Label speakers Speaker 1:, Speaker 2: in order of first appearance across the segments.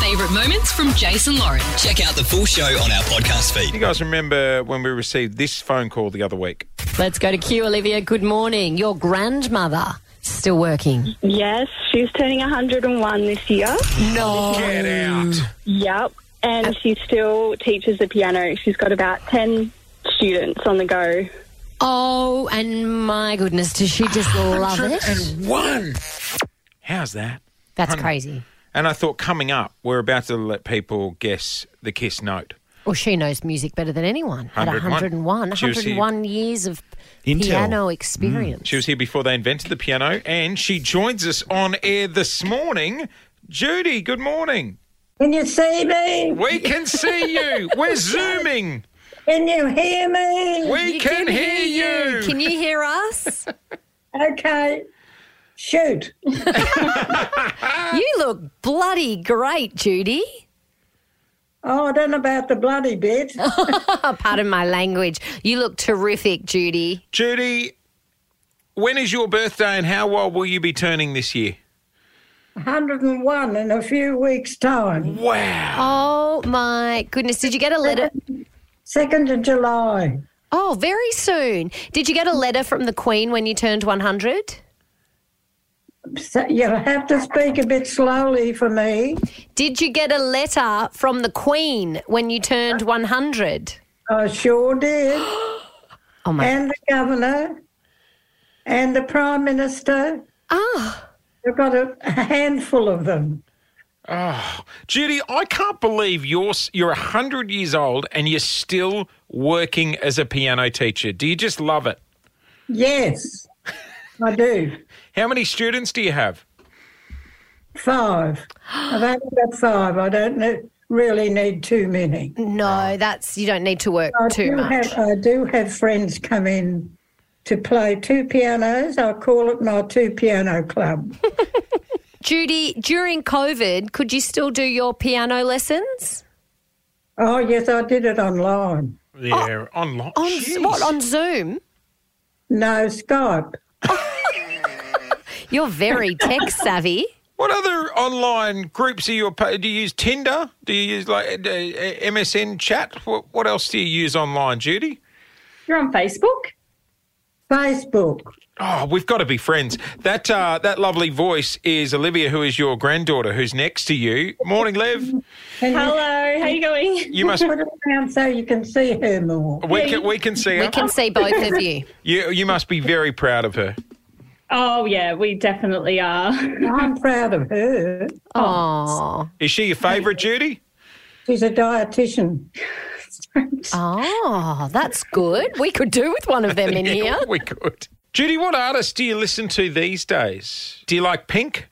Speaker 1: favourite moments from Jason Lauren.
Speaker 2: Check out the full show on our podcast
Speaker 3: You
Speaker 2: feed.
Speaker 3: guys remember when we received this phone call the other week?
Speaker 4: Let's go to Q, Olivia. Good morning. Your grandmother still working.
Speaker 5: Yes, she's turning 101 this year.
Speaker 4: No.
Speaker 3: Get out.
Speaker 5: Yep. And she still teaches the piano. She's got about 10 students on the go.
Speaker 4: Oh, and my goodness, does she just love it?
Speaker 3: one. How's that?
Speaker 4: That's crazy.
Speaker 3: And I thought coming up, we're about to let people guess the kiss note.
Speaker 4: Well, she knows music better than anyone. At
Speaker 3: 101.
Speaker 4: 101,
Speaker 3: She was here.
Speaker 4: 101 years of
Speaker 6: Intel.
Speaker 4: piano experience.
Speaker 3: She was here before they invented the piano, and she joins us on air this morning. Judy, good morning.
Speaker 7: Can you see me?
Speaker 3: We can see you. We're zooming.
Speaker 7: Can you hear me?
Speaker 3: We can, hear you.
Speaker 4: Can you hear us?
Speaker 7: Okay. Shoot.
Speaker 4: you look bloody great, Judy.
Speaker 7: Oh, I don't know about the bloody bit.
Speaker 4: Oh, pardon my language. You look terrific, Judy.
Speaker 3: Judy, when is your birthday, and how old will you be turning this year?
Speaker 7: 101 in a few weeks' time.
Speaker 3: Wow.
Speaker 4: Oh my goodness. Did you get a letter?
Speaker 7: 2nd of July.
Speaker 4: Oh, very soon. Did you get a letter from the Queen when you turned 100?
Speaker 7: So you'll have to speak a bit slowly for me.
Speaker 4: Did you get a letter from the Queen when you turned 100?
Speaker 7: I sure did.
Speaker 4: Oh my.
Speaker 7: And the governor and the prime minister.
Speaker 4: ah,
Speaker 7: I've got a a handful of them.
Speaker 3: Judy, I can't believe you're s- you're 100 years old and you're still working as a piano teacher. Do you just love it?
Speaker 7: Yes, I do.
Speaker 3: How many students do you have?
Speaker 7: Five. I've only got five. I don't know, really need too many.
Speaker 4: no, that's you don't need to work
Speaker 7: I
Speaker 4: too
Speaker 7: do
Speaker 4: much.
Speaker 7: Have, I do have friends come in to play two pianos. I call it my two piano club.
Speaker 4: Judy, during COVID, could you still do your piano lessons?
Speaker 7: oh, yes, I did it online.
Speaker 3: Yeah, online.
Speaker 4: On
Speaker 3: Jeez.
Speaker 4: what on Zoom?
Speaker 7: No, Skype.
Speaker 4: You're very tech savvy.
Speaker 3: What other online groups are you? a pa- Do you use Tinder? Do you use like uh, uh, MSN chat? What, what else do you use online, Judy?
Speaker 8: You're on Facebook?
Speaker 7: Facebook.
Speaker 3: Oh, we've got to be friends. That uh, that lovely voice is Olivia, who is your granddaughter, who's next to you. Morning, Liv.
Speaker 7: And you
Speaker 8: Hello, how you going?
Speaker 3: You must.
Speaker 7: put it down so you can see her more.
Speaker 3: We can, we can see
Speaker 4: We
Speaker 3: her.
Speaker 4: can see both of you.
Speaker 3: You you must be very proud of her.
Speaker 8: Oh, yeah, we definitely are.
Speaker 7: I'm proud of her.
Speaker 4: Oh,
Speaker 3: Is she your favourite, Judy?
Speaker 7: She's a dietitian.
Speaker 4: oh, that's good. We could do with one of them in here.
Speaker 3: oh, we could. Judy, what artists do you listen to these days? Do you like Pink?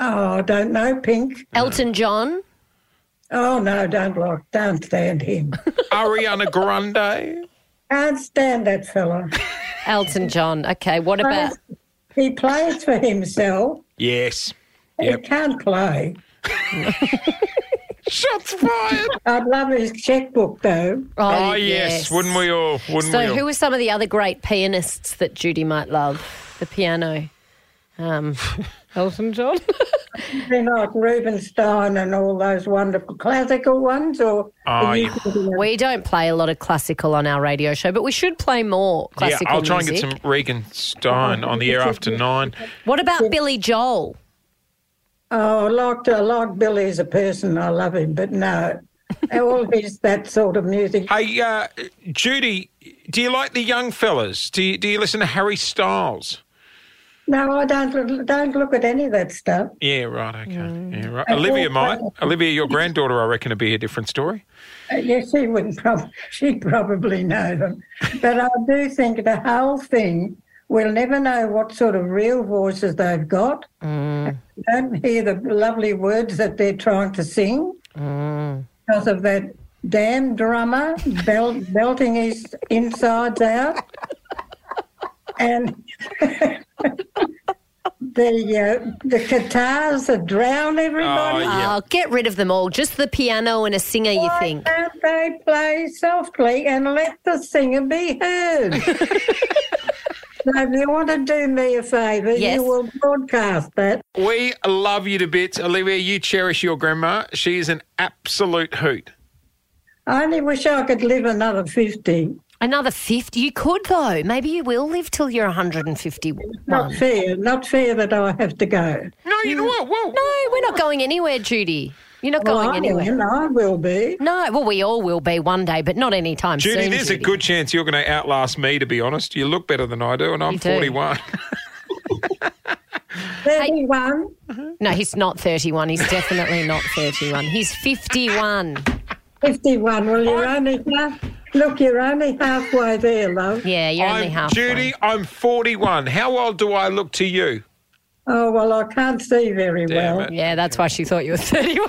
Speaker 7: Oh, I don't know, Pink.
Speaker 4: Elton John.
Speaker 7: Oh no, don't like, don't stand him.
Speaker 3: Ariana Grande?
Speaker 7: Can't stand that fella.
Speaker 4: Elton John. Okay, what about?
Speaker 7: He plays for himself.
Speaker 3: Yes.
Speaker 7: He
Speaker 3: Yep.
Speaker 7: can't play.
Speaker 3: Shots fired.
Speaker 7: I'd love his checkbook though.
Speaker 3: Oh, yes. Wouldn't we all? Wouldn't we
Speaker 4: So,
Speaker 3: all?
Speaker 4: who were some of the other great pianists that Judy might love? The piano. Um, Elton John.
Speaker 7: They're like Rubinstein and all those wonderful classical ones. Or
Speaker 3: Oh,
Speaker 7: are you
Speaker 3: yeah.
Speaker 7: thinking of-
Speaker 4: we don't play a lot of classical on our radio show, but we should play more
Speaker 3: yeah,
Speaker 4: classical
Speaker 3: I'll try
Speaker 4: music. Oh,
Speaker 3: and get some Regan Stein on the air after nine.
Speaker 4: What about Billy Joel?
Speaker 7: oh, I like I like Billy as a person. I love him, but no, all his that sort of music.
Speaker 3: Hey, uh, Judy, do you like the young fellas? Do you, do you listen to Harry Styles?
Speaker 7: No, I don't don't look at any of that stuff.
Speaker 3: Yeah, right. Okay.
Speaker 4: Mm.
Speaker 3: Yeah, right. Olivia might. Olivia, your granddaughter, I reckon, would be a different story.
Speaker 7: Uh, Yes, she wouldn't probably, she'd probably know them. But I do think the whole thing, we'll never know what sort of real voices they've got. You Don't hear the lovely words that they're trying to sing because of that damn drummer bel- belting his insides out. And the, uh, the guitars that drown everybody.
Speaker 3: Yeah.
Speaker 4: Oh, get rid of them all. Just the piano and a singer, you think?
Speaker 7: Can't they play softly and let the singer be heard? So if you want to do me a favour,
Speaker 4: Yes.
Speaker 7: you will broadcast that.
Speaker 3: We love you to bits. Olivia, you cherish your grandma. She is an absolute hoot.
Speaker 7: I only wish I could live another 50.
Speaker 4: Another 50. You could, though. Maybe you will live till you're 151.
Speaker 7: Not fair. Not fair that I have to go.
Speaker 3: No, you know what? Whoa.
Speaker 4: No, we're not going anywhere, Judy. You're not
Speaker 7: Well,
Speaker 4: going
Speaker 7: I
Speaker 4: anywhere.
Speaker 7: am, I will be.
Speaker 4: No, well, we all will be one day, but not anytime
Speaker 3: Judy,
Speaker 4: soon.
Speaker 3: there's a good chance you're going to outlast me, to be honest. You look better than I do, and I'm
Speaker 4: do.
Speaker 3: 41.
Speaker 7: 31.
Speaker 4: No, he's not 31. He's definitely not 31. He's 51.
Speaker 7: 51. Well, you're only half, look, you're only halfway there, love.
Speaker 4: Yeah, you're only
Speaker 3: I'm-
Speaker 4: half.
Speaker 3: Judy, I'm 41. How old do I look to you?
Speaker 7: Oh, well, I can't see very
Speaker 3: Damn
Speaker 7: well.
Speaker 3: it.
Speaker 4: Yeah, that's why she thought you were 31.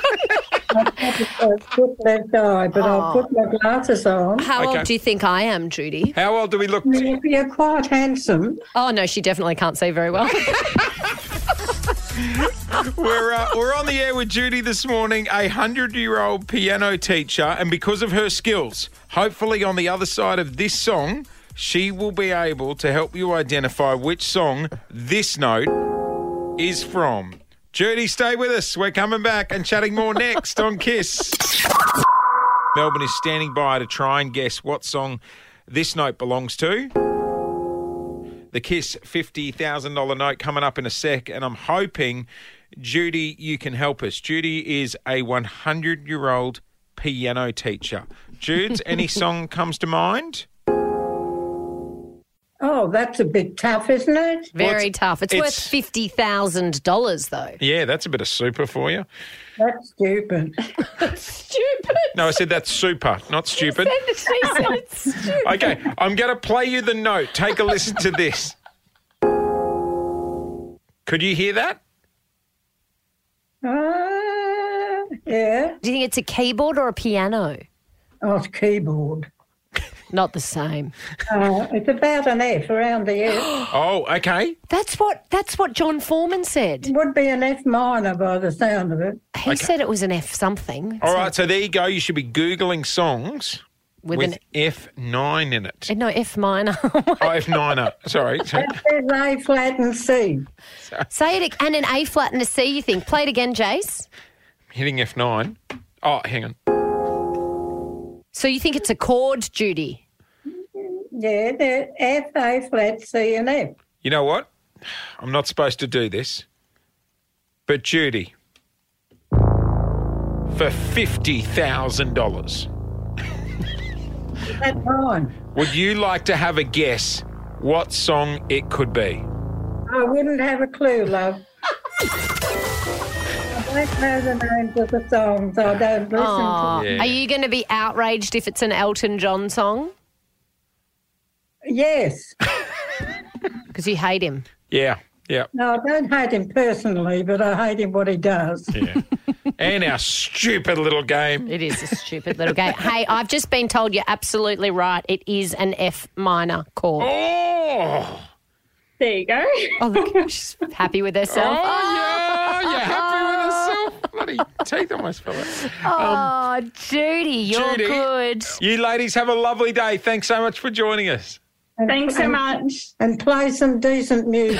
Speaker 7: I've put left eye, but
Speaker 4: Oh.
Speaker 7: I'll put my glasses on.
Speaker 4: How
Speaker 3: Okay.
Speaker 4: old do you think I am, Judy?
Speaker 3: How old do we look? To-
Speaker 7: You're you're quite handsome.
Speaker 4: Oh, no, she definitely can't see very well.
Speaker 3: we're, uh, we're on the air with Judy this morning, a 100 year old piano teacher, and because of her skills, hopefully on the other side of this song, she will be able to help you identify which song this note is from. Judy, stay with us. We're coming back and chatting more next on Kiss. Melbourne is standing by to try and guess what song this note belongs to. The Kiss $50,000 note coming up in a sec, and I'm hoping, Judy, you can help us. Judy is a 100 year old piano teacher. Jude's, any song comes to mind?
Speaker 7: Oh, that's a bit tough, isn't it?
Speaker 4: Very
Speaker 3: it's-
Speaker 4: tough. It's,
Speaker 3: it's-
Speaker 4: worth $50,000, though.
Speaker 3: Yeah, that's a bit of super for you.
Speaker 7: That's stupid.
Speaker 9: Stupid.
Speaker 3: No, I said that's super, not stupid. Okay, I'm going to play you the note. Take a listen to this. Could you hear that?
Speaker 7: Ah, yeah.
Speaker 4: Do you think it's a keyboard or a piano?
Speaker 7: Oh, it's keyboard.
Speaker 4: Not the same.
Speaker 7: Uh, it's about an F around the F.
Speaker 3: Oh, okay.
Speaker 4: That's what that's what John Foreman said.
Speaker 7: It would be an F minor by the sound of it.
Speaker 4: He said it was an F something
Speaker 3: All right, so there you go. You should be Googling songs
Speaker 4: with,
Speaker 3: with F9 in it.
Speaker 4: an no F minor.
Speaker 3: Oh, F9er. Sorry. sorry.
Speaker 7: There's A flat and C.
Speaker 4: Say it ag- and an A flat and a C. You think? Play it again, Jace.
Speaker 3: Hitting F9. Oh, hang on.
Speaker 4: So you think it's a chord, Judy?
Speaker 7: Yeah, there- F, A flat, C, and F.
Speaker 3: You know what? I'm not supposed to do this. But Judy, for $50,000,
Speaker 7: That's fine.
Speaker 3: would you like to have a guess what song it could be?
Speaker 7: I wouldn't have a clue, love. I don't know the names of the songs. I don't listen
Speaker 4: Aw.
Speaker 7: to
Speaker 3: Yeah.
Speaker 4: Are you going to be outraged if it's an Elton John song?
Speaker 7: Yes.
Speaker 4: Because you hate him.
Speaker 3: Yeah, yeah.
Speaker 7: No, I don't hate him personally, but I hate him what he does.
Speaker 3: and our stupid little game.
Speaker 4: It is a stupid little game. Hey, I've just been told you're absolutely right. It is an F minor chord.
Speaker 3: Oh,
Speaker 8: There you go.
Speaker 4: Oh, look, she's happy with herself.
Speaker 3: oh yeah. You're happy with yourself? Bloody teeth almost fell out.
Speaker 4: Oh, Judy, you're
Speaker 3: Judy.
Speaker 4: good.
Speaker 3: You ladies have a lovely day. Thanks so much for joining us.
Speaker 8: Thanks so much.
Speaker 7: And play some decent music.